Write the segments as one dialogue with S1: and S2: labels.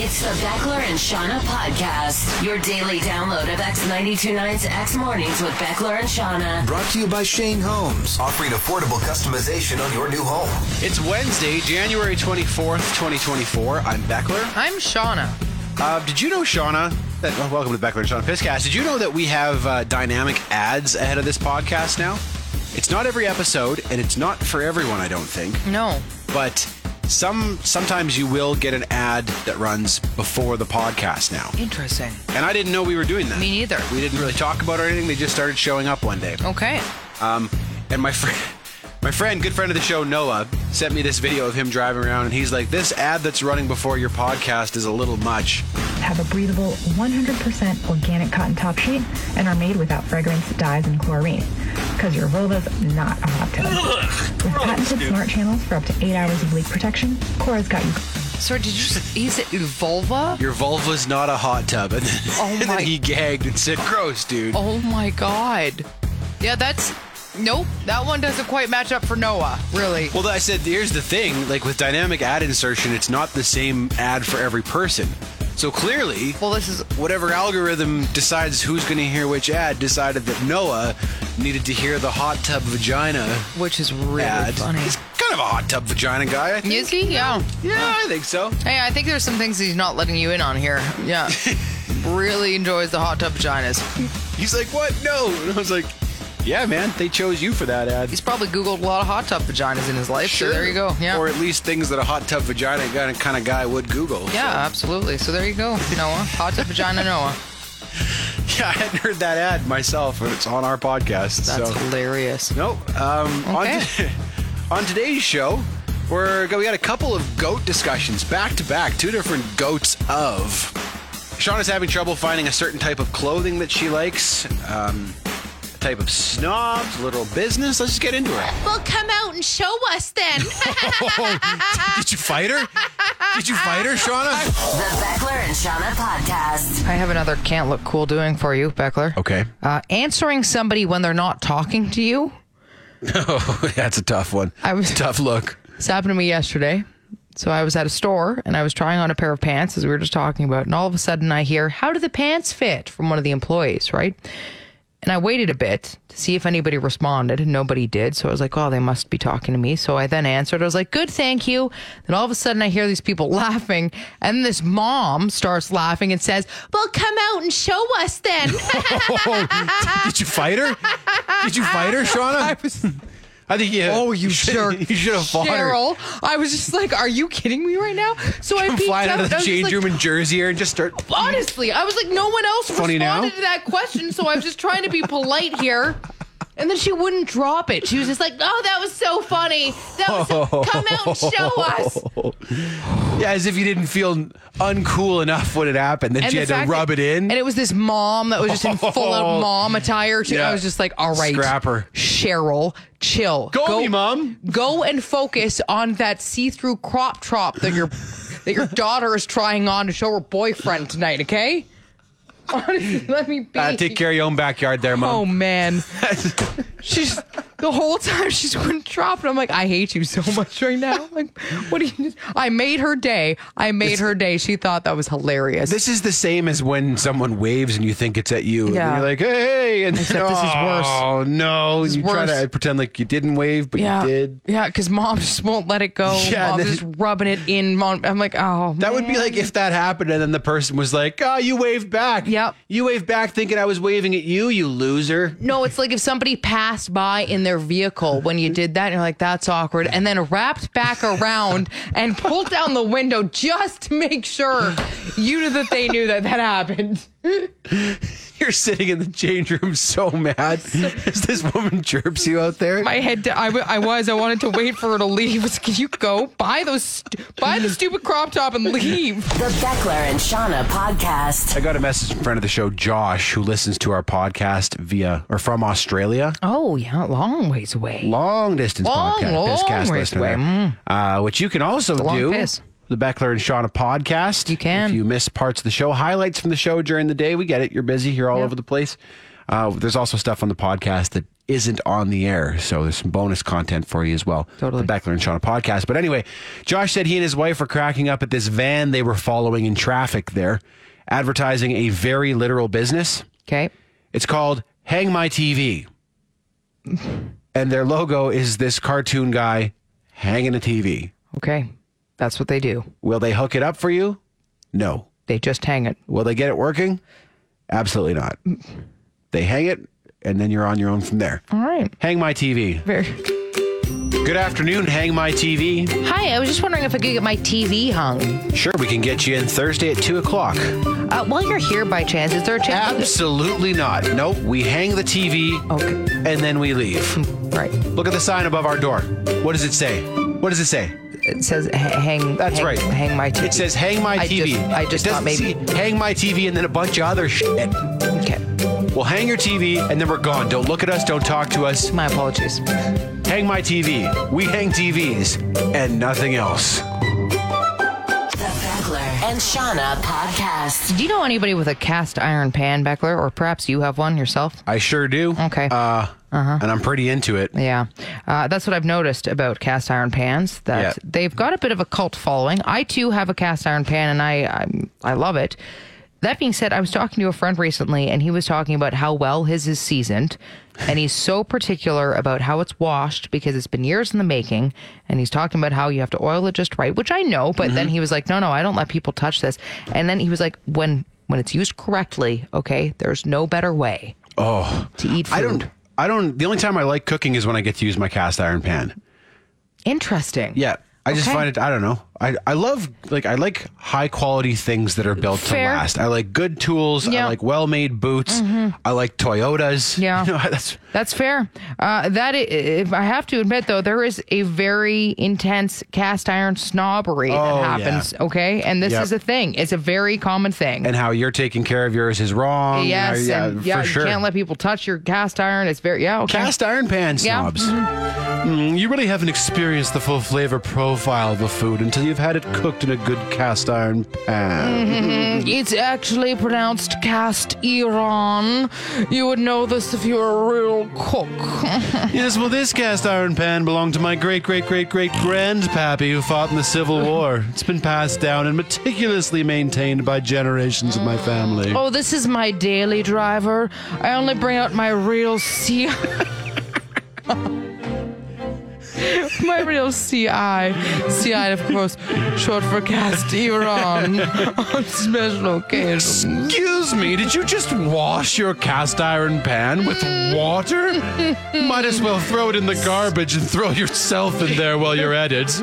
S1: It's the Beckler and Shauna podcast, your daily download of X92 Nights, X Mornings with Beckler and Shauna.
S2: Brought to you by Shane Holmes.
S3: offering affordable customization on your new home.
S4: It's Wednesday, January 24th, 2024. I'm Beckler.
S5: I'm Shauna.
S4: Uh, did you know, Shauna, that, well, welcome to Beckler and Shauna Piscast. Did you know that we have uh, dynamic ads ahead of this podcast now? It's not every episode, and it's not for everyone, I don't think.
S5: No.
S4: But some sometimes you will get an ad that runs before the podcast now.
S5: Interesting.
S4: And I didn't know we were doing that.
S5: Me neither.
S4: We didn't really talk about it or anything. They just started showing up one day.
S5: Okay.
S4: Um, and my friend, my friend, good friend of the show, Noah, sent me this video of him driving around, and he's like, "This ad that's running before your podcast is a little much."
S6: have a breathable 100% organic cotton top sheet and are made without fragrance, dyes, and chlorine. Because your vulva's not a hot tub. With patented smart channels for up to eight hours of leak protection, Cora's got you.
S5: Sorry, did you? s- He said vulva.
S4: Your vulva's not a hot tub, and then,
S5: Oh
S4: and then
S5: my-
S4: he gagged and said, "Gross, dude."
S5: Oh my god. Yeah, that's. Nope, that one doesn't quite match up for Noah. Really.
S4: Well, I said, here's the thing: like with dynamic ad insertion, it's not the same ad for every person. So clearly,
S5: Well, this is.
S4: whatever algorithm decides who's going to hear which ad decided that Noah needed to hear the hot tub vagina
S5: Which is really
S4: ad.
S5: funny.
S4: He's kind of a hot tub vagina guy. I think.
S5: Is he? Yeah.
S4: Yeah, I think so.
S5: Hey, I think there's some things he's not letting you in on here. Yeah. really enjoys the hot tub vaginas.
S4: He's like, what? No. And I was like, yeah, man, they chose you for that ad.
S5: He's probably Googled a lot of hot tub vaginas in his life. So there you go. Yeah.
S4: Or at least things that a hot tub vagina guy- kind of guy would Google.
S5: yeah, absolutely. So there you go, Noah. Hot tub vagina, Noah.
S4: Yeah, I hadn't heard that ad myself, but it's on our podcast.
S5: That's
S4: so.
S5: hilarious.
S4: Nope. Um, on,
S5: Okay.
S4: t- on today's show, we're go- we got a couple of goat discussions back to back. Two different goats of. Shauna's having trouble finding a certain type of clothing that she likes. Um, type of snobs, little business. Let's just get into it.
S7: Well, come out and show us then.
S4: Did you fight her? Did you fight her, Shauna?
S1: The Beckler and Shauna podcast.
S5: I have another can't look cool doing for you, Beckler.
S4: Okay,
S5: Uh, answering somebody when they're not talking to you.
S4: that's a tough one.
S5: I was-
S4: tough look.
S5: This happened to me yesterday. So I was at a store and I was trying on a pair of pants as we were just talking about. And all of a sudden I hear, How do the pants fit? from one of the employees, right? And I waited a bit to see if anybody responded, and nobody did. So I was like, oh, they must be talking to me. So I then answered. I was like, good, thank you. Then all of a sudden, I hear these people laughing, and this mom starts laughing and says,
S7: well, come out and show us then.
S4: Did you fight her? Did you fight her, Shauna? I, think you.
S5: Oh, you
S4: should,
S5: jerk.
S4: You should have fought her.
S5: Cheryl, I was just like, are you kidding me right now? So I peeked
S4: flying out
S5: out
S4: of
S5: and
S4: the
S5: I was just
S4: change
S5: like,
S4: room in Jersey and just start.
S5: honestly, I was like, no one else
S4: Funny
S5: responded
S4: now?
S5: to that question, so I'm just trying to be polite here. And then she wouldn't drop it. She was just like,
S7: oh, that was so funny. That was so-
S4: Oh.
S7: come out and show us.
S4: Yeah, as if you didn't feel uncool enough when it happened. Then
S5: and
S4: she
S5: the
S4: had to
S5: fact
S4: rub
S5: that-
S4: it in.
S5: And it was this mom that was just in full out
S4: Oh.
S5: mom attire. Too.
S4: Yeah.
S5: I was just like, all right,
S4: Scrapper.
S5: Cheryl, chill.
S4: Go me, Mom.
S5: Go and focus on that see-through crop top that your that your daughter is trying on to show her boyfriend tonight. Okay. Honestly, let me be.
S4: Uh, take care of your own backyard there,
S5: Oh
S4: Mom.
S5: man, she's the whole time she's wouldn't drop it. I'm like, I hate you so much right now. Like, what do you? I made her day. I made her day. She thought that was hilarious.
S4: This is the same as when someone waves and you think it's at you.
S5: Yeah.
S4: And you're like, hey. And
S5: Except this is worse.
S4: Oh, no. You try
S5: worse.
S4: to pretend like you didn't wave, but
S5: Yeah.
S4: you did.
S5: Yeah, because mom just won't let it go.
S4: Yeah,
S5: Mom's
S4: then-
S5: just rubbing it in. Mom, I'm like, oh.
S4: That would be like if that happened and then the person was like, oh, you waved back.
S5: Yep.
S4: You waved back thinking I was waving at you, you loser.
S5: No, it's like if somebody passed by in their vehicle when you did that, and you're like, that's awkward. And then wrapped back around and pulled down the window just to make sure you knew that they knew that that happened.
S4: You're sitting in the change room so mad as this woman chirps you out there.
S5: My head, I, w- I was, I wanted to wait for her to leave. It's, Can you go buy those, stu- buy the stupid crop top and leave?
S1: The Beckler and Shauna podcast.
S4: I got a message from friend of the show, Josh, who listens to our podcast via or from Australia.
S5: Oh, yeah, long ways away.
S4: Long distance
S5: Long,
S4: podcast,
S5: long
S4: Pisscast
S5: ways
S4: listener.
S5: away. Mm.
S4: there. Uh, which you can also
S5: a long
S4: do.
S5: piss.
S4: The Beckler and Shauna podcast.
S5: You can.
S4: If you miss parts of the show, highlights from the show during the day, we get it. You're busy. You're all over the place. Uh, there's also stuff on the podcast that isn't on the air. So there's some bonus content for you as well.
S7: Totally.
S4: The Beckler and Shauna podcast. But anyway, Josh said he and his wife were cracking up at this van they were following in traffic there, advertising a very literal business.
S7: Okay.
S4: It's called Hang My TV. and their logo is this cartoon guy hanging a TV.
S7: Okay. That's what they do.
S4: Will they hook it up for you? No.
S7: They just hang it.
S4: Will they get it working? Absolutely not. They hang it, and then you're on your own from there.
S7: All right.
S4: Hang My TV.
S7: Very.
S4: Good afternoon, Hang My TV.
S7: Hi, I was just wondering if I could get my TV hung.
S4: Sure, we can get you in Thursday at 2 o'clock.
S7: Uh, while you're here, by chance, is there a chance?
S4: Absolutely not. Nope, we hang the TV
S7: Okay.
S4: and then we leave.
S7: Right.
S4: Look at the sign above our door. What does it say? What does it say?
S7: It says h- hang.
S4: That's
S7: hang-
S4: right.
S7: Hang my TV.
S4: It says Hang My
S7: I
S4: TV.
S7: Just, I just
S4: it doesn't
S7: thought maybe.
S4: see Hang My TV and then a bunch of other shit.
S7: Okay.
S4: Well, hang your TV and then we're gone. Don't look at us, don't talk to us.
S7: My apologies.
S4: Hang my TV. We hang TVs and nothing else.
S1: The Beckler and Shauna podcast.
S7: Do you know anybody with a cast iron pan, Beckler, or perhaps you have one yourself?
S4: I sure do.
S7: Okay. Uh-huh.
S4: Uh, And I'm pretty into it.
S7: Yeah, uh, that's what I've noticed about cast iron pans. That
S4: Yeah.
S7: they've got a bit of a cult following. I too have a cast iron pan, and I I'm, I love it. That being said, I was talking to a friend recently, and he was talking about how well his is seasoned, and he's so particular about how it's washed because it's been years in the making. And he's talking about how you have to oil it just right, which I know. But
S4: Mm-hmm.
S7: then he was like, "No, no, I don't let people touch this." And then he was like, "When when it's used correctly, okay, there's no better way." Oh, to eat food.
S4: I don't. I don't. The only time I like cooking is when I get to use my cast iron pan.
S7: Interesting.
S4: Yeah. I just
S7: Okay.
S4: find it. I don't know. I, I love like I like high quality things that are built
S7: Fair.
S4: to last. I like good tools.
S7: Yeah. Mm-hmm.
S4: I like well made boots. I like Toyotas.
S7: Yeah.
S4: You know, that's
S7: That's fair. Uh, that i- if I have to admit though, there is a very intense cast iron snobbery
S4: Oh, yeah.
S7: that happens. Okay, and this
S4: Yep.
S7: is a thing. It's a very common thing.
S4: and how you're taking care of yours is wrong. and how-
S7: yes,
S4: yeah,
S7: and yeah,
S4: for sure.
S7: you can't let people touch your cast iron. It's very yeah. Okay.
S4: Cast iron pan
S7: Yeah. Mm-hmm.
S4: snobs. Mm, you really haven't experienced the full flavor profile of a food until you've had it cooked in a good cast iron
S7: Mm.
S4: pan.
S7: It's uh, actually pronounced cast iron. You would know this if you were a real cook.
S4: yes, well, this cast iron pan belonged to my great great great great grandpappy who fought in the Civil War. It's been passed down and meticulously maintained by generations of my family.
S7: oh, this is my daily driver. I only bring out my real CI. my real CI. CI, of course, short for cast iron on special occasions.
S4: Excuse me, did you just wash your cast iron pan with water? Might as well throw it in the garbage and throw yourself in there while you're at it.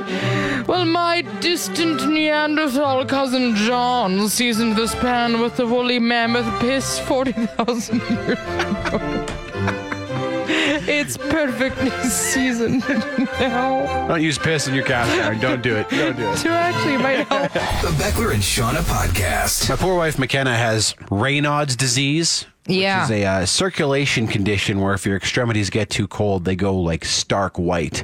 S7: Well, my distant Neanderthal cousin John seasoned this pan with the woolly mammoth piss 40,000 years ago. it's perfectly seasoned now.
S4: Don't use piss in your cast iron. Don't do it. Don't do it.
S7: To actually might help.
S3: The Beckler and Shauna podcast.
S4: My poor wife McKenna has Raynaud's disease.
S7: Yeah.
S4: Which is a uh, circulation condition where if your extremities get too cold, they go like stark white.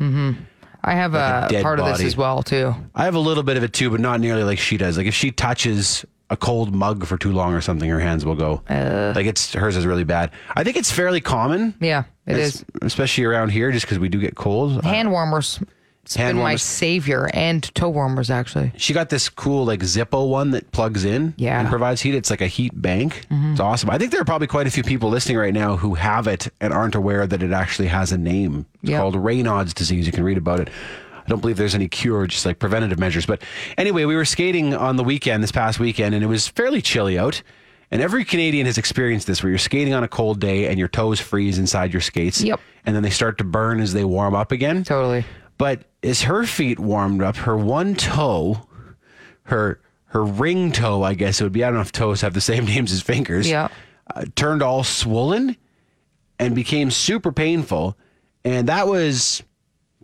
S7: I have a,
S4: dead
S7: part of
S4: body.
S7: this as well, too.
S4: I have a little bit of it too, but not nearly like she does. Like if she touches a cold mug for too long or something, her hands will go. like it's hers is really bad. I think it's fairly common.
S7: Yeah, it
S4: It's-
S7: is.
S4: Especially around here, just because we do get cold. Uh,
S7: Hand warmers. It's
S4: Hand
S7: been my
S4: warmers.
S7: savior and toe warmers, actually.
S4: she got this cool like Zippo one that plugs in
S7: Yeah. Mm-hmm.
S4: and provides heat. It's like a heat bank. It's awesome. I think there are probably quite a few people listening right now who have it and aren't aware that it actually has a name. It's
S7: Yeah.
S4: called Raynaud's disease. You can read about it. I don't believe there's any cure, just like preventative measures. But anyway, we were skating on the weekend this past weekend and it was fairly chilly out. And every Canadian has experienced this where you're skating on a cold day and your toes freeze inside your skates.
S7: Yep.
S4: And then they start to burn as they warm up again.
S7: Totally.
S4: But as her feet warmed up, her one toe, her her ring toe, I guess it would be. I don't know if toes have the same names as fingers.
S7: Yeah.
S4: Uh, turned all swollen and became super painful, and that was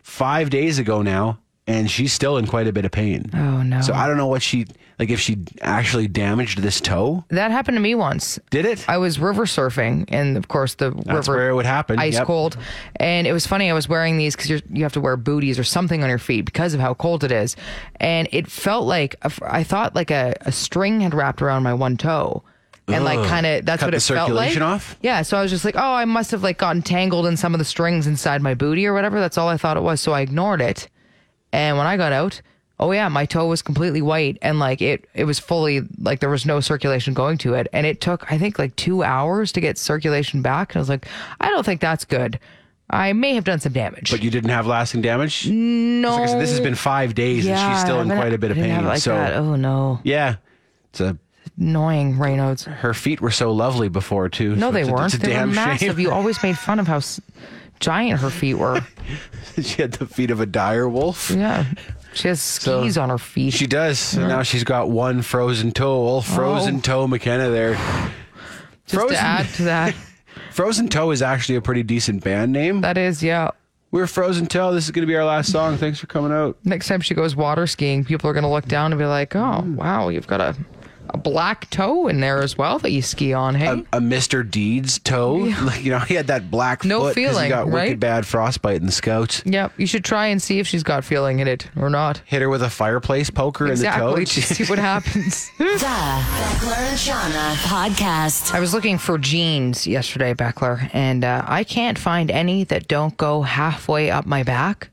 S4: five days ago now, and she's still in quite a bit of pain.
S7: Oh, no.
S4: So I don't know what she like if she actually damaged this toe.
S7: That happened to me once.
S4: Did it?
S7: I was river surfing, and of course the
S4: That's
S7: river
S4: where it would happen.
S7: ice
S4: Yep.
S7: cold, and it was funny. I was wearing these because you have to wear booties or something on your feet because of how cold it is, and it felt like a f- I thought like a, a string had wrapped around my one toe, and like kind of that's
S4: Cut
S7: what
S4: the
S7: it felt like.
S4: circulation off?
S7: Yeah, so I was just like, oh, I must have like gotten tangled in some of the strings inside my booty or whatever. That's all I thought it was, so I ignored it. And when I got out, oh yeah, my toe was completely white and like it it was fully like there was no circulation going to it, and it took I think like two hours to get circulation back. And I was like, I don't think that's good. I may have done some damage.
S4: But you didn't have lasting damage. No, like I said, this has been five days, and she's still in
S7: but I-
S4: quite a bit of
S7: I didn't have
S4: pain.
S7: it like
S4: so
S7: that. oh no,
S4: yeah, it's a,
S7: annoying Reynolds.
S4: her feet were so lovely before too.
S7: No,
S4: so
S7: they
S4: it's a-
S7: weren't.
S4: It's a
S7: they
S4: damn
S7: were massive.
S4: shame.
S7: You always made fun of how s- giant her feet were.
S4: she had the feet of a dire wolf.
S7: yeah, she has skis on her feet.
S4: She does. And now she's got one frozen toe. Old frozen
S7: Oh.
S4: toe McKenna there.
S7: Just
S4: frozen,
S7: to add to that,
S4: frozen Toe is actually a pretty decent band name.
S7: that is yeah.
S4: We're Frozen Toe. This is going to be our last song. Thanks for coming out.
S7: Next time she goes water skiing, people are gonna look down and be like, "Oh,
S4: Mm.
S7: wow, you've got a a black toe in there as well that you ski on." Hey,
S4: A, a Mr. Deeds toe. Like, you know, he had that black
S7: No
S4: foot 'cause he
S7: feeling,
S4: got wicked
S7: right?
S4: bad frostbite in the scouts.
S7: yeah, you should try and see if she's got feeling in it or not.
S4: Hit her with a fireplace poker
S7: Exactly,
S4: in the toe.
S7: just see what happens.
S1: The Beckler and Shauna podcast.
S7: I was looking for jeans yesterday, Beckler, and uh, I can't find any that don't go halfway up my back.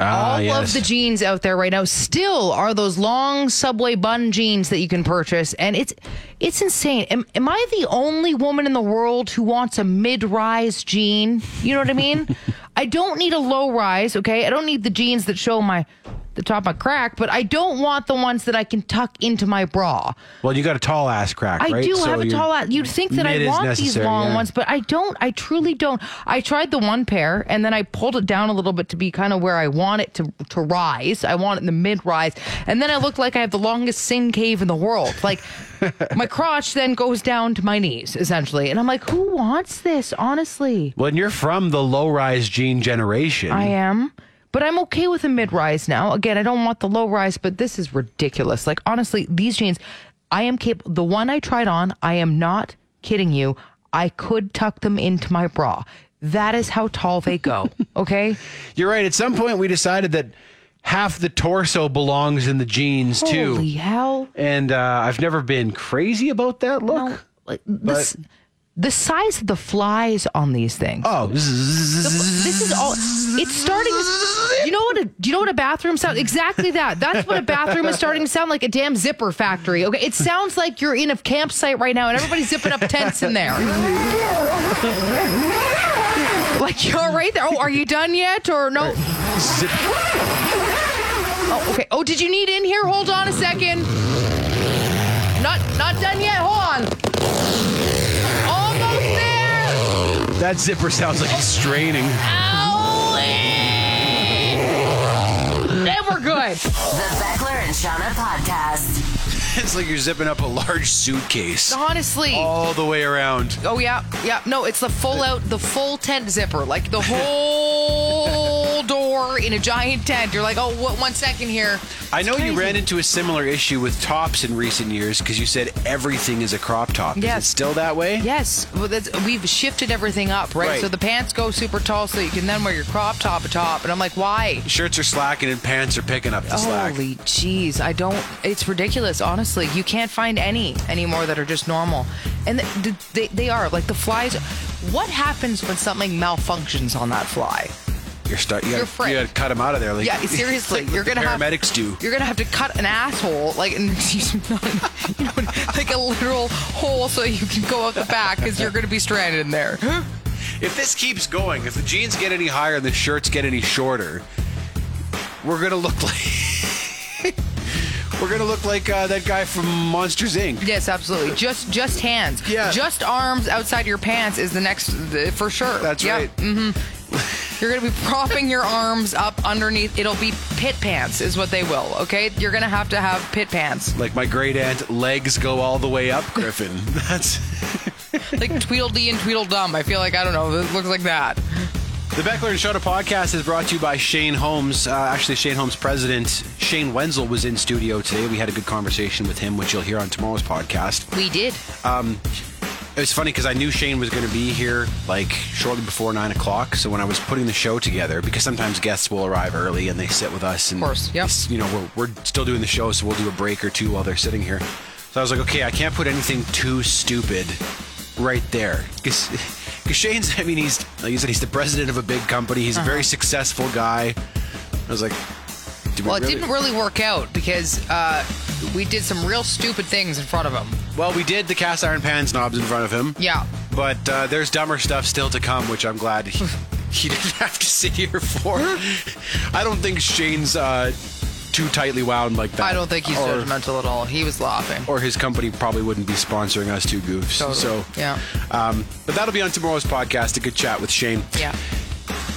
S4: Ah,
S7: All
S4: yes.
S7: of the jeans out there right now still are those long subway bun jeans that you can purchase, and it's it's insane. Am, am I the only woman in the world who wants a mid-rise jean? You know what I mean? I don't need a low-rise. Okay, I don't need the jeans that show my the top of my crack, but I don't want the ones that I can tuck into my bra.
S4: well, you got a tall ass crack,
S7: I
S4: right?
S7: do
S4: So
S7: have a
S4: you-
S7: tall ass. You'd think that
S4: Mid
S7: I
S4: is
S7: want these
S4: necessary,
S7: long
S4: yeah.
S7: ones, but I don't. I truly don't. I tried the one pair and then I pulled it down a little bit to be kind of where I want it to to rise. I want it in the mid rise, and then I look like I have the longest sin cave in the world. Like my crotch then goes down to my knees essentially, and I'm like, who wants this? Honestly,
S4: When you're from the low rise jean generation,
S7: I am. But I'm okay with a mid rise now. Again, I don't want the low rise, but this is ridiculous. Like, honestly, these jeans, I am capable. The one I tried on, I am not kidding you. I could tuck them into my bra. That is how tall they go. Okay.
S4: You're right. At some point, we decided that half the torso belongs in the jeans
S7: Holy
S4: too.
S7: hell.
S4: And uh, I've never been crazy about that look.
S7: No, like, this, the size of the flies on these things.
S4: Oh,
S7: This is all. It's starting. Do you know what? A, do you know what a bathroom sounds? Exactly that. That's what a bathroom is starting to sound like. A damn zipper factory. Okay, it sounds like you're in a campsite right now, and everybody's zipping up tents in there. Like you're right there. Oh, are you done yet? Or no?
S4: Zip-
S7: Oh, okay. Oh, did you need in here? Hold on a second. Not not done yet. Hold on. Almost there.
S4: that zipper sounds like it's straining.
S7: Owie. Then we're good.
S1: The Beckler and Shauna podcast.
S4: It's like you're zipping up a large suitcase
S7: Honestly.
S4: all the way around.
S7: Oh yeah, yeah. No, it's the full out, the full tent zipper, like the whole door in a giant tent. You're like, oh, what, one second here.
S4: I know you
S7: crazy.
S4: ran into a similar issue with tops in recent years because you said everything is a crop top. Is
S7: Yes.
S4: it still that way?
S7: Yes, well, that's, we've shifted everything up, right?
S4: Right.
S7: So the pants go super tall, so you can then wear your crop top atop. And I'm like, why?
S4: Shirts are slacking and pants are picking up the slack.
S7: Holy jeez, I don't. It's ridiculous, honestly. You can't find any anymore that are just normal, and th- th- they they are like the flies. What happens when something malfunctions on that fly?
S4: You're start. You
S7: You're
S4: gotta, you
S7: afraid.
S4: gotta cut them out of there. Like,
S7: Yeah, seriously,
S4: like
S7: you're
S4: what the
S7: gonna have
S4: paramedics do.
S7: You're gonna have to cut an asshole, like and excuse me, not, you know, like a literal hole, so you can go out the back because you're gonna be stranded in there.
S4: If this keeps going, if the jeans get any higher and the shirts get any shorter, we're gonna look like we're gonna look like uh, that guy from Monsters Inc.
S7: Yes, absolutely. Just just hands.
S4: Yeah.
S7: Just arms outside your pants is the next the, for sure.
S4: That's
S7: Yep.
S4: right.
S7: You're gonna be propping your arms up underneath. It'll be pit pants, is what they will. Okay, you're gonna have to have pit pants.
S4: Like my great aunt, legs go all the way up, Griffin. That's
S7: like Tweedledee and Tweedledum. I feel like I don't know. It looks like that.
S4: the Beckler and Shota podcast is brought to you by Shane Holmes. Uh, actually, Shane Holmes' president Shane Wenzel was in studio today. We had a good conversation with him, which you'll hear on tomorrow's podcast.
S7: We did.
S4: It was funny because I knew Shane was going to be here like shortly before nine o'clock. So when I was putting the show together, because sometimes guests will arrive early and they sit with us, and
S7: Of course, yep.
S4: it's- you know we're, we're still doing the show, so we'll do a break or two while they're sitting here. So I was like, okay, I can't put anything too stupid right there. Because Shane's, I mean, he's, like you said, he's the president of a big company. He's a very successful guy. I was like, do we
S5: Well, it
S4: really-
S5: didn't really work out because uh, we did some real stupid things in front of him.
S4: Well, we did the cast iron pan snobs in front of him.
S5: Yeah.
S4: But uh, there's dumber stuff still to come, which I'm glad he, he didn't have to sit here for. I don't think Shane's uh, too tightly wound like that.
S5: I don't think he's
S4: or,
S5: judgmental at all. He was laughing.
S4: Or his company probably wouldn't be sponsoring us two goofs.
S5: Totally.
S4: So,
S5: Yeah.
S4: Um, but that'll be on tomorrow's podcast. A good chat with Shane.
S5: Yeah.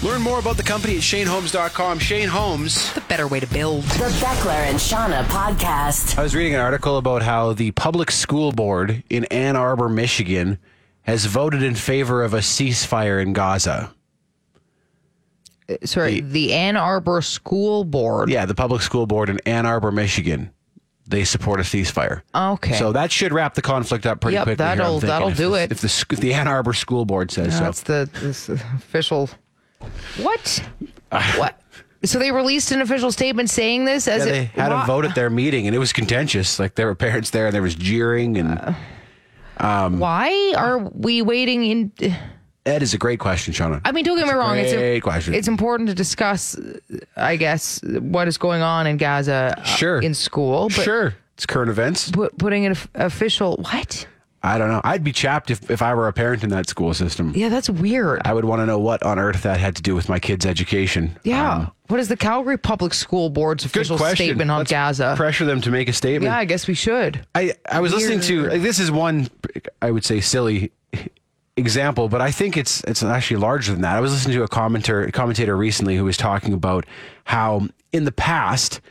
S4: Learn more about the company at shanehomes.com. Shane Holmes.
S5: The better way to build.
S1: The Beckler and Shauna podcast.
S4: I was reading an article about how the public school board in Ann Arbor, Michigan, has voted in favor of a ceasefire in Gaza.
S5: Sorry, the Ann Arbor School Board.
S4: Yeah, the public school board in Ann Arbor, Michigan, they support a ceasefire.
S5: Okay.
S4: So that should wrap the conflict up pretty
S5: Yep,
S4: quickly. here, I'm
S5: that'll-
S4: thinking,
S5: that'll
S4: if
S5: do
S4: the-
S5: it.
S4: If the, sc- if the Ann Arbor school board says so.
S5: That's the this official. What? what? So they released an official statement saying this as
S4: Yeah,
S5: it
S4: they had
S5: Wha-
S4: a vote at their meeting, and it was contentious. Like there were parents there, and there was jeering. And
S5: Uh. Why
S4: Ah.
S5: are we waiting in?
S4: that is a great question, Shauna.
S5: I mean, don't get me wrong.
S4: great
S5: it's
S4: question.
S5: It's important to discuss, I guess, what is going on in Gaza. uh,
S4: Sure.
S5: In school, but
S4: sure, it's current events.
S5: put, putting an of- official what?
S4: I don't know. I'd be chapped if, if I were a parent in that school system.
S5: Yeah, that's weird.
S4: I would want to know what on earth that had to do with my kid's education.
S5: yeah.
S4: Um,
S5: what is the Calgary Public School Board's
S4: good
S5: official
S4: question.
S5: statement on
S4: Let's
S5: Gaza?
S4: Pressure them to make a statement.
S5: yeah, I guess we should.
S4: I, I was listening to like, this is one I would say silly example, but I think it's it's actually larger than that. I was listening to a commenter commentator recently who was talking about how in the past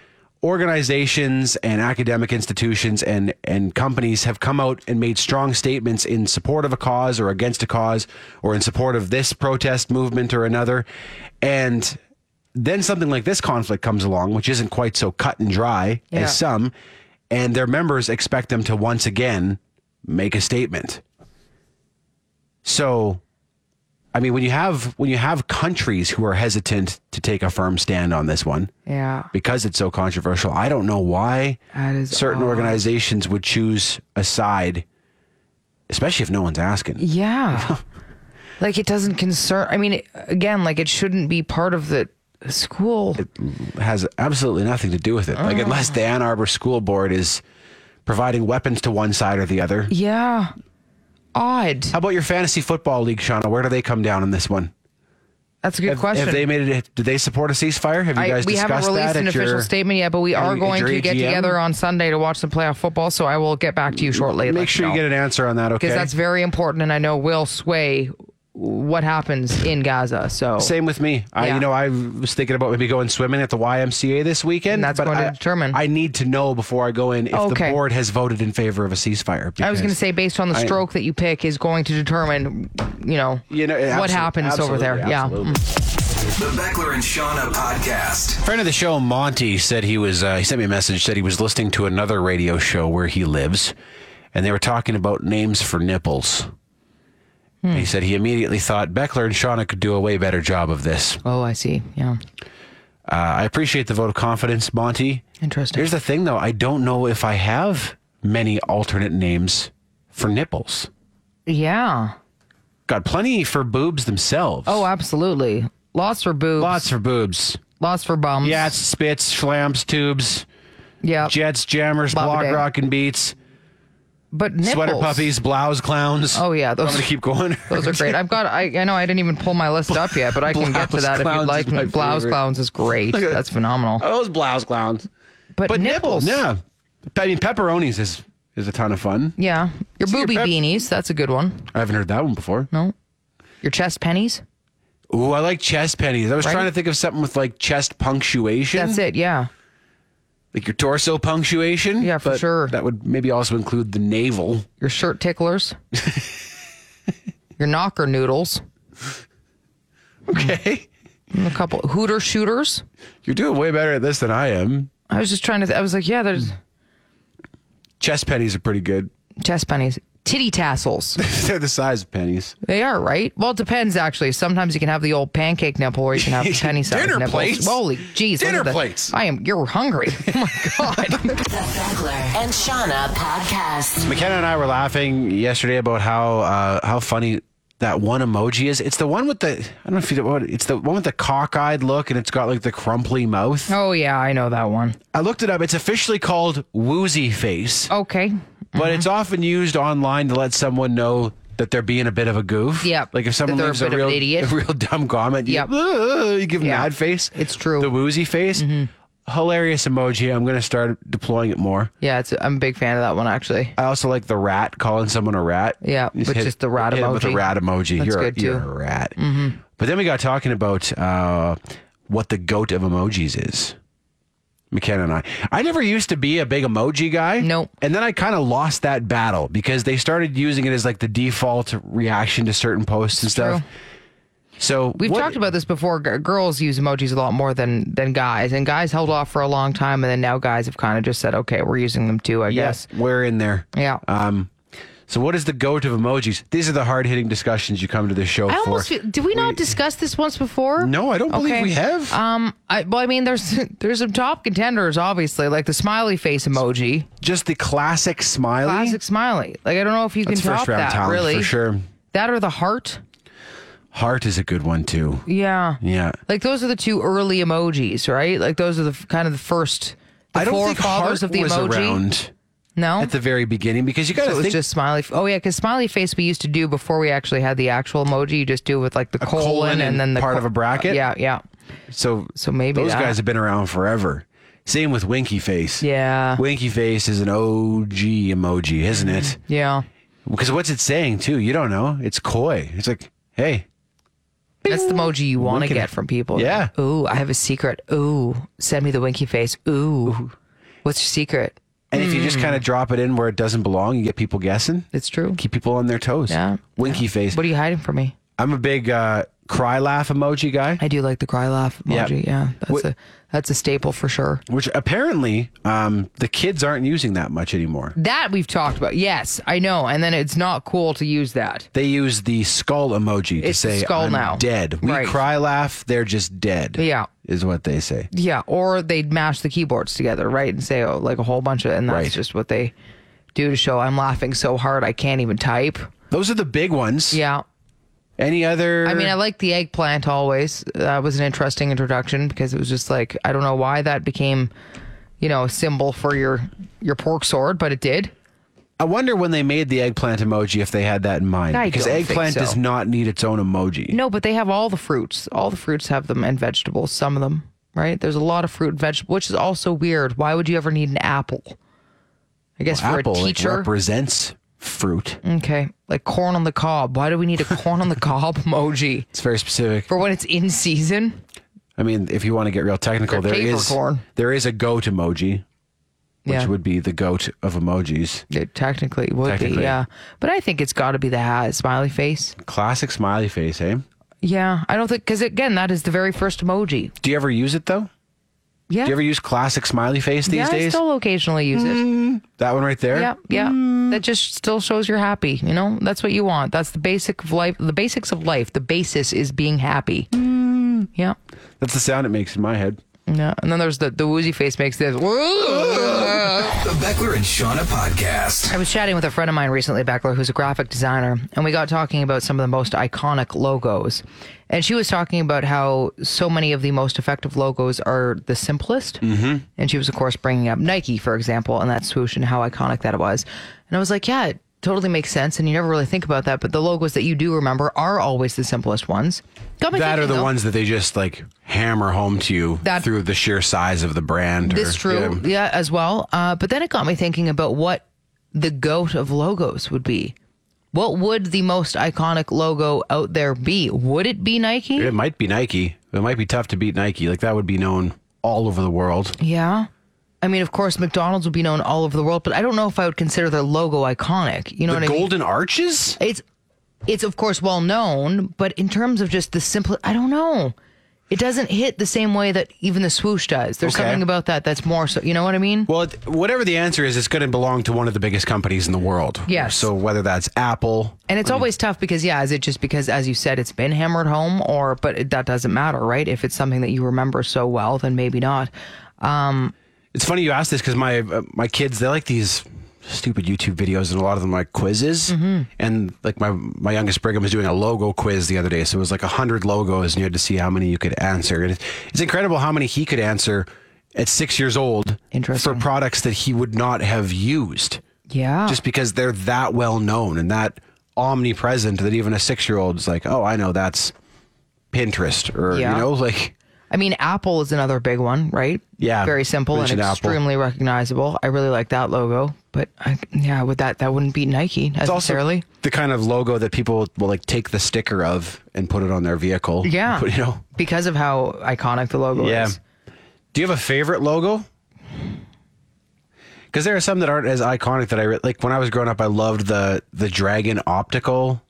S4: organizations and academic institutions and and companies have come out and made strong statements in support of a cause or against a cause or in support of this protest movement or another and then something like this conflict comes along which isn't quite so cut and dry
S5: Yeah.
S4: as some and their members expect them to once again make a statement. So, I mean, when you have when you have countries who are hesitant to take a firm stand on this one
S5: Yeah.
S4: because it's so controversial, I don't know why
S5: That is
S4: certain
S5: odd.
S4: organizations would choose a side, especially if no one's asking.
S5: Yeah. like it doesn't concern. I mean, it- again, like it shouldn't be part of the school.
S4: It has absolutely nothing to do with it. Like unless the Ann Arbor School Board is providing weapons to one side or the other.
S5: yeah. Odd.
S4: How about your fantasy football league, Shauna? Where do they come down in this one?
S5: That's a good
S4: Have,
S5: question.
S4: have they made it? Do they support a ceasefire? Have you
S5: I,
S4: guys
S5: we
S4: discussed
S5: haven't released
S4: that
S5: an
S4: at
S5: official
S4: your-
S5: statement yet, but we are
S4: at
S5: going
S4: your
S5: to get
S4: AGM?
S5: together on Sunday to watch some playoff football. So I will get back to you shortly.
S4: Make sure you get an answer on that, okay?
S5: because that's very important, and I know will sway what happens in Gaza. So
S4: Same with me. I,
S5: Yeah.
S4: you know, I was thinking about maybe going swimming at the YMCA this weekend.
S5: And that's
S4: but
S5: going to
S4: I-
S5: determine.
S4: I need to know before I go in if
S5: Okay.
S4: the board has voted in favor of a ceasefire.
S5: I was going
S4: because-
S5: to say, based on the
S4: I-
S5: stroke that you pick, is going to determine, you know,
S4: You know,
S5: what
S4: absolute-
S5: happens over there.
S4: absolutely,
S5: Yeah. Mm.
S4: absolutely.
S3: The Beckler and Shauna podcast.
S4: Friend of the show, Monty, said he was, uh, he sent me a message, said he was listening to another radio show where he lives, and they were talking about names for nipples.
S5: Hmm.
S4: And he said he immediately thought Beckler and Shauna could do a way better job of this.
S5: Oh, I see. Yeah.
S4: Uh, I appreciate the vote of confidence, Monty.
S5: Interesting.
S4: Here's the thing, though. I don't know if I have many alternate names for nipples.
S5: Yeah.
S4: Got plenty for boobs themselves.
S5: Oh, absolutely. Lots for boobs.
S4: lots for boobs.
S5: Lots for bums.
S4: Yats, spits, slams, tubes,
S5: Yeah.
S4: jets, jammers,
S5: Love
S4: block
S5: day.
S4: rockin' beats,
S5: but nipples.
S4: sweater puppies, blouse clowns.
S5: Oh yeah,
S4: I'm
S5: those
S4: gonna keep going.
S5: those are great. I've got. I, I know I didn't even pull my list up yet, but I can get to
S4: Blouse
S5: that if
S4: clowns
S5: you'd
S4: is
S5: like.
S4: my
S5: me. Blouse
S4: favorite.
S5: clowns is great.
S4: at-
S5: That's phenomenal.
S4: Those blouse clowns.
S5: But,
S4: But
S5: nipples.
S4: nipples, yeah. I mean, pepperonis is is a ton of fun.
S5: Yeah.
S4: your
S5: Your booby
S4: pep-
S5: beanies. That's a good one.
S4: I haven't heard that one before.
S5: No. Your chest pennies.
S4: Ooh, I like chest pennies. I was
S5: Right?
S4: trying to think of something with like chest punctuation.
S5: That's it. Yeah.
S4: Like your torso punctuation.
S5: Yeah, for
S4: but
S5: sure.
S4: That would maybe also include the navel.
S5: Your shirt ticklers. your knocker noodles.
S4: Okay.
S5: And a couple hooter shooters.
S4: You're doing way better at this than I am.
S5: I was just trying to. I was like, yeah, there's
S4: Chest pennies are pretty good.
S5: chest pennies. titty tassels.
S4: They're the size of pennies.
S5: They are, right? Well, it depends, actually. Sometimes you can have the old pancake nipple or you can have penny size
S4: Dinner
S5: nipples.
S4: plates.
S5: Holy jeez. look
S4: Dinner
S5: at the-
S4: plates.
S5: I am, you're hungry. Oh my God.
S1: The Beckler and Shauna podcast.
S4: McKenna and I were laughing yesterday about how uh, how funny that one emoji is. It's the one with the I don't know if you know what it's the one with the cockeyed look and it's got like the crumply mouth.
S5: oh, yeah, I know that one.
S4: I looked it up. It's officially called woozy face,
S5: Okay. mm-hmm.
S4: but it's often used online to let someone know that they're being a bit of a goof.
S5: Yep.
S4: Like if someone
S5: That they're a
S4: leaves a,
S5: bit of
S4: real
S5: an idiot.
S4: a real dumb comment, you,
S5: Yep.
S4: "Ugh," you give them
S5: Yeah.
S4: mad face.
S5: It's true. Mm-hmm.
S4: The woozy face. Hilarious emoji. I'm going to start deploying it more.
S5: Yeah, it's, I'm a big fan of that one, actually.
S4: I also like the rat calling someone a rat.
S5: Yeah,
S4: Just
S5: but
S4: hit-
S5: just the rat
S4: hit it With a
S5: emoji.
S4: rat emoji.
S5: That's
S4: you're,
S5: good,
S4: a, you're
S5: too. Mm-hmm.
S4: a rat. But then we got talking about uh, what the goat of emojis is. McKenna and I. I never used to be a big emoji guy.
S5: Nope.
S4: And then I kind of lost that battle because they started using it as like the default reaction to certain posts and stuff. So
S5: We've
S4: what-
S5: talked about this before. G- girls use emojis a lot more than than guys, and guys held off for a long time, and then now guys have kind of just said, "Okay, we're using them too." I
S4: Yes,
S5: guess.
S4: we're in there.
S5: Yeah.
S4: Um, so what is the goat of emojis? These are the hard hitting discussions you come to this show
S5: I
S4: for.
S5: almost feel, did we not discuss this once before?
S4: No, I don't believe
S5: Okay.
S4: we have.
S5: Um, I, well, I mean, there's there's some top contenders, obviously, like the smiley face emoji,
S4: Just the classic smiley.
S5: classic smiley. Like I don't know if you
S4: That's
S5: can top
S4: first round
S5: that,
S4: talent
S5: really.
S4: for sure.
S5: That or the heart.
S4: Heart is a good one too.
S5: Yeah.
S4: Yeah.
S5: Like those are the two early emojis, right? Like those are the f- kind of the first. The
S4: I don't think heart
S5: forefathers of the
S4: was
S5: emoji.
S4: around
S5: no,
S4: at the very beginning because you got to
S5: So it was
S4: think
S5: just smiley. f- Oh yeah, because smiley face we used to do before we actually had the actual emoji. You just do it with like the colon,
S4: colon
S5: and,
S4: and
S5: then the
S4: part
S5: co-
S4: of a bracket?
S5: Yeah, yeah,
S4: so.
S5: So maybe
S4: those
S5: that.
S4: guys have been around forever. Same with Winky Face.
S5: Yeah.
S4: Winky Face is an OG emoji, isn't it?
S5: yeah.
S4: Because what's it saying too? You don't know. It's coy. It's like, hey,
S5: That's the emoji you want to
S4: Winking.
S5: get from people.
S4: Yeah.
S5: Ooh, I have a secret. Ooh, send me the winky face. Ooh, what's your secret?
S4: and if you
S5: Mm.
S4: just kind of drop it in where it doesn't belong, you get people guessing.
S5: It's true.
S4: Keep people on their toes.
S5: Yeah.
S4: Winky Face.
S5: What are you hiding from me?
S4: I'm a big uh, cry laugh emoji guy.
S5: I do like the cry laugh
S4: Yeah.
S5: emoji. Yeah, that's
S4: What-
S5: a that's a staple for sure.
S4: which apparently um, the kids aren't using that much anymore.
S5: That we've talked about. Yes, I know. And then it's not cool to use that.
S4: They use the skull emoji to
S5: It's the
S4: say
S5: skull
S4: I'm
S5: now."
S4: dead. We
S5: Right.
S4: cry laugh, they're just dead.
S5: Yeah.
S4: Is what they say.
S5: Yeah, or they'd mash the keyboards together, right, and say oh, like a whole bunch of, and that's
S4: Right.
S5: just what they do to show I'm laughing so hard I can't even type.
S4: Those are the big ones.
S5: Yeah,
S4: Any other
S5: I mean I like the eggplant always. That was an interesting introduction because it was just like I don't know why that became, you know, a symbol for your your pork sword, but it did.
S4: I wonder when they made the eggplant emoji if they had that in mind.
S5: I
S4: because
S5: don't think
S4: eggplant
S5: so.
S4: does not need its own emoji.
S5: No, but they have all the fruits. All the fruits have them and vegetables. Some of them, right? There's a lot of fruit and vegetable, which is also weird. Why would you ever need an apple? I guess for
S4: Apple
S5: a
S4: like,
S5: teacher.
S4: represents fruit.
S5: Okay. Like corn on the cob. Why do we need a corn on the cob emoji
S4: It's very specific.
S5: for when it's in season?
S4: I mean, if you want to get real technical,
S5: They're
S4: there
S5: paper
S4: is
S5: corn.
S4: there is a goat emoji, which
S5: Yeah.
S4: would be the goat of emojis.
S5: It technically would be,
S4: Technically.
S5: yeah. But I think it's got to be the hat, smiley face.
S4: Classic smiley face, eh?
S5: Yeah. I don't think, because again, that is the very first emoji.
S4: Do you ever use it though?
S5: Yeah.
S4: Do you ever use classic smiley face these
S5: yeah, I
S4: days? Mm-hmm.
S5: still occasionally use it.
S4: that one right there.
S5: Yeah, yeah.
S4: Mm-hmm.
S5: That just still shows you're happy. You know, that's what you want. That's the basic of life. The basics of life. The basis is being happy.
S4: Mm.
S5: Yeah,
S4: That's the sound it makes in my head.
S5: yeah. And then there's the the woozy face makes this.
S3: The Beckler and Shauna Podcast.
S5: I was chatting with a friend of mine recently, Beckler, who's a graphic designer, and we got talking about some of the most iconic logos. And she was talking about how so many of the most effective logos are the simplest. Mm-hmm. And she was, of course, bringing up Nike, for example, and that swoosh and how iconic that was. And I was like, yeah, it totally makes sense. And you never really think about that. But the logos that you do remember are always the simplest ones. Got me
S4: That are
S5: thinking,
S4: the
S5: though.
S4: ones that they just like hammer home to you
S5: That-
S4: through the sheer size of the brand.
S5: This
S4: or-
S5: true,
S4: Yeah.
S5: yeah. as well. Uh, but then it got me thinking about what the goat of logos would be. What would the most iconic logo out there be? Would it be Nike?
S4: It might be Nike. It might be tough to beat Nike. Like that would be known all over the world.
S5: Yeah. I mean, of course, McDonald's would be known all over the world, but I don't know if I would consider their logo iconic. You know
S4: the
S5: what I mean?
S4: Golden Arches.
S5: It's it's of course well known, but in terms of just the simple, I don't know. It doesn't hit the same way that even the swoosh does. There's
S4: Okay.
S5: something about that that's more so. You know what I mean?
S4: Well, it- whatever the answer is, it's going to belong to one of the biggest companies in the world.
S5: Yes.
S4: So whether that's Apple,
S5: And it's always tough because yeah, is it just because as you said it's been hammered home or but it, that doesn't matter, right? If it's something that you remember so well, then maybe not. Um
S4: it's funny you asked this because my uh, my kids they like these stupid YouTube videos, and a lot of them are quizzes.
S5: Mm-hmm.
S4: And like my my youngest Brigham was doing a logo quiz the other day, so it was like hundred logos, and you had to see how many you could answer. And it's, it's incredible how many he could answer at six years old for
S5: Interesting. Oh.
S4: products that he would not have used.
S5: yeah.
S4: just because they're that well known and that omnipresent that even a six year old's like, oh, I know that's Pinterest or
S5: Yeah.
S4: you know, like
S5: I mean Apple is another big one, right?
S4: Yeah,
S5: Very simple and
S4: mentioned Apple.
S5: extremely recognizable. I really like that logo, but I, yeah, with that that wouldn't beat Nike necessarily.
S4: the kind of logo that people will like take the sticker of and put it on their vehicle.
S5: yeah.
S4: you know.
S5: Because of how iconic the logo
S4: Yeah.
S5: is.
S4: Do you have a favorite logo? Because there are some that aren't as iconic that I re- like. When I was growing up, I loved the the dragon optical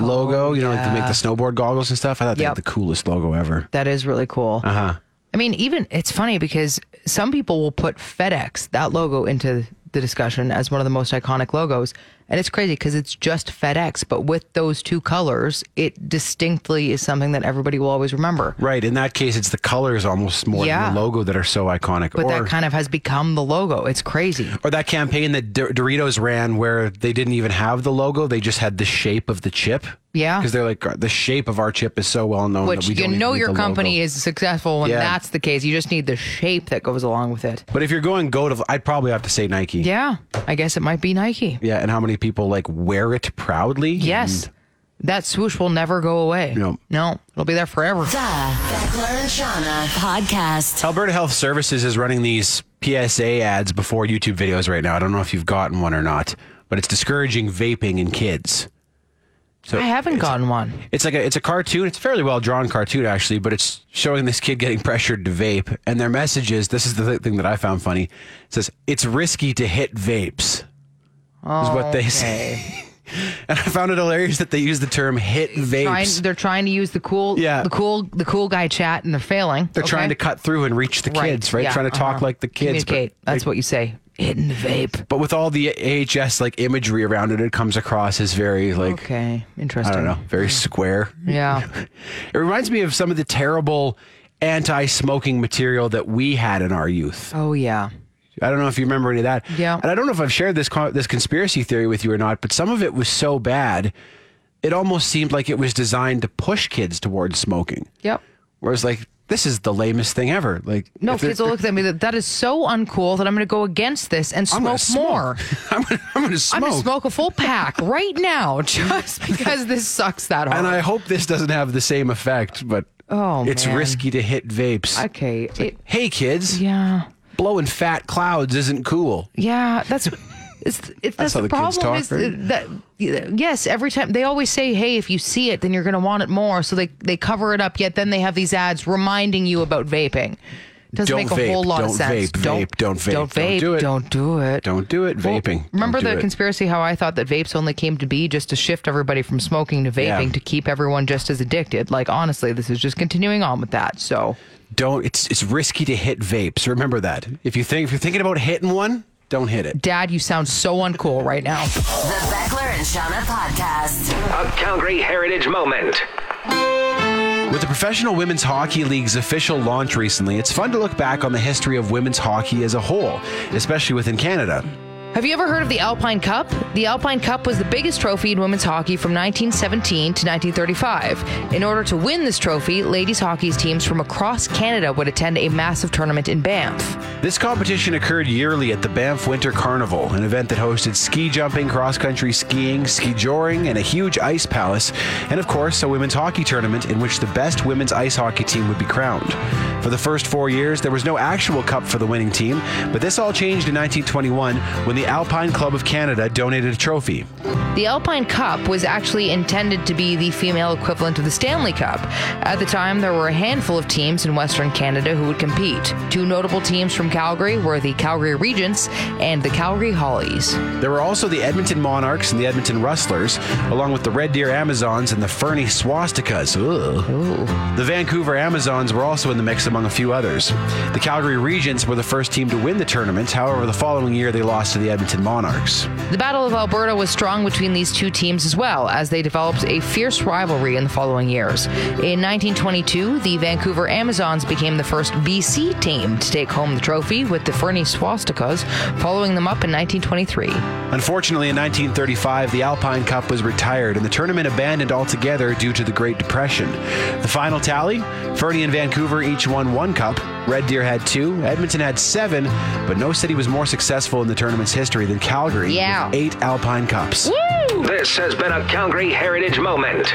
S4: logo. You know, like to make the snowboard goggles and stuff. I thought they
S5: Oh, Yep.
S4: had the coolest logo ever.
S5: That is really cool.
S4: Uh-huh.
S5: Uh huh. I mean, even it's funny because some people will put FedEx, that logo, into the discussion as one of the most iconic logos. And it's crazy because it's just FedEx, but with those two colors, it distinctly is something that everybody will always remember.
S4: Right. In that case, it's the colors almost more
S5: Yeah.
S4: than the logo that are so iconic.
S5: But
S4: or,
S5: that kind of has become the logo. It's crazy.
S4: or that campaign that Dor- Doritos ran where they didn't even have the logo, they just had the shape of the chip.
S5: Yeah.
S4: Because they're like, the shape of our chip is so well known
S5: Which
S4: that we
S5: you
S4: don't even
S5: know
S4: need
S5: your
S4: the
S5: company
S4: logo.
S5: is successful when
S4: Yeah.
S5: that's the case. You just need the shape that goes along with it.
S4: But if you're going go to, I'd probably have to say Nike.
S5: Yeah, I guess it might be Nike.
S4: Yeah, and how many people like wear it proudly?
S5: Yes.
S4: And,
S5: That swoosh will never go away.
S4: No.
S5: No, it'll be there forever.
S1: The Beckler and Shauna podcast.
S4: Alberta Health Services is running these PSA ads before YouTube videos right now. I don't know if you've gotten one or not, but it's discouraging vaping in kids. So
S5: I haven't gotten one.
S4: it's like a it's a cartoon. It's a fairly well drawn cartoon actually, but it's showing this kid getting pressured to vape, and their message is this is the thing that I found funny. It says it's risky to hit vapes. Is what they say. and I found it hilarious that they use the term hit vapes.
S5: Trying, they're trying to use the cool,
S4: Yeah.
S5: the cool, the cool guy chat, and they're failing.
S4: they're trying to
S5: okay?
S4: cut through and reach the kids, right?
S5: yeah,
S4: trying to talk
S5: uh-huh.
S4: like the kids. but-
S5: Communicate. That's what you say. Hitting the vape.
S4: but with all the AHS like imagery around it, it comes across as very like
S5: Okay,
S4: I
S5: interesting.
S4: don't know, very square.
S5: Yeah,
S4: It reminds me of some of the terrible anti-smoking material that we had in our youth.
S5: oh yeah,
S4: I don't know if you remember any of that.
S5: Yeah.
S4: And I don't know if I've shared this con- this conspiracy theory with you or not, but some of it was so bad, it almost seemed like it was designed to push kids towards smoking.
S5: yep.
S4: Whereas like this is the lamest thing ever. Like
S5: No,
S4: if they're-
S5: kids will look at me. That, that is so uncool that I'm going to go against this and
S4: I'm gonna
S5: smoke, more.
S4: I'm gonna, I'm gonna smoke.
S5: I'm going to smoke a full pack right now just because this sucks that hard.
S4: And I hope this doesn't have the same effect, but
S5: Oh,
S4: it's
S5: man.
S4: risky to hit vapes.
S5: okay. It,
S4: hey kids,
S5: yeah.
S4: blowing fat clouds isn't cool.
S5: Yeah, that's it's, it's, that's,
S4: how
S5: the,
S4: the kids
S5: problem.
S4: talk,
S5: is
S4: right?
S5: that yes, every time they always say, "Hey, if you see it, then you're going to want it more." So they they cover it up. Yet then they have these ads reminding you about vaping. Doesn't
S4: Don't
S5: make a whole
S4: vape,
S5: lot of
S4: don't
S5: sense.
S4: vape, vape, don't vape,
S5: Don't
S4: don't
S5: vape.
S4: do it.
S5: Don't do it.
S4: Don't do it.
S5: Well,
S4: Vaping.
S5: remember
S4: Don't
S5: the
S4: do it.
S5: conspiracy how I thought that vapes only came to be just to shift everybody from smoking to vaping
S4: Yeah.
S5: to keep everyone just as addicted. Like honestly, this is just continuing on with that. So
S4: Don't. It's it's risky to hit vapes. Remember that. If you think if you're thinking about hitting one, don't hit it.
S5: Dad, you sound so uncool right now.
S1: The Beckler and Shauna podcast.
S8: A Calgary Heritage Moment.
S4: With the Professional Women's Hockey League's official launch recently, it's fun to look back on the history of women's hockey as a whole, especially within Canada.
S5: Have you ever heard of the Alpine Cup? The Alpine Cup was the biggest trophy in women's hockey from 1917 to 1935. In order to win this trophy, ladies hockey teams from across Canada would attend a massive tournament in Banff.
S4: This competition occurred yearly at the Banff Winter Carnival, an event that hosted ski jumping, cross country skiing, ski joring, and a huge ice palace, and of course, a women's hockey tournament in which the best women's ice hockey team would be crowned. For the first four years, there was no actual cup for the winning team, but this all changed in 1921 when the the Alpine Club of Canada donated a trophy.
S5: The Alpine Cup was actually intended to be the female equivalent of the Stanley Cup. At the time, there were a handful of teams in Western Canada who would compete. Two notable teams from Calgary were the Calgary Regents and the Calgary Hollies.
S4: There were also the Edmonton Monarchs and the Edmonton Rustlers, along with the Red Deer Amazons and the Fernie Swastikas. Ugh. The Vancouver Amazons were also in the mix among a few others. The Calgary Regents were the first team to win the tournament, however, the following year they lost to the Edmonton Monarchs.
S5: The Battle of Alberta was strong between these two teams as well, as they developed a fierce rivalry in the following years. In 1922, the Vancouver Amazons became the first BC team to take home the trophy, with the Fernie Swastikas following them up in 1923.
S4: Unfortunately, in 1935, the Alpine Cup was retired and the tournament abandoned altogether due to the Great Depression. The final tally Fernie and Vancouver each won one cup, Red Deer had two, Edmonton had seven, but no city was more successful in the tournament's history than Calgary
S5: Yeah.
S4: with eight Alpine Cups.
S8: This has been a Calgary Heritage Moment.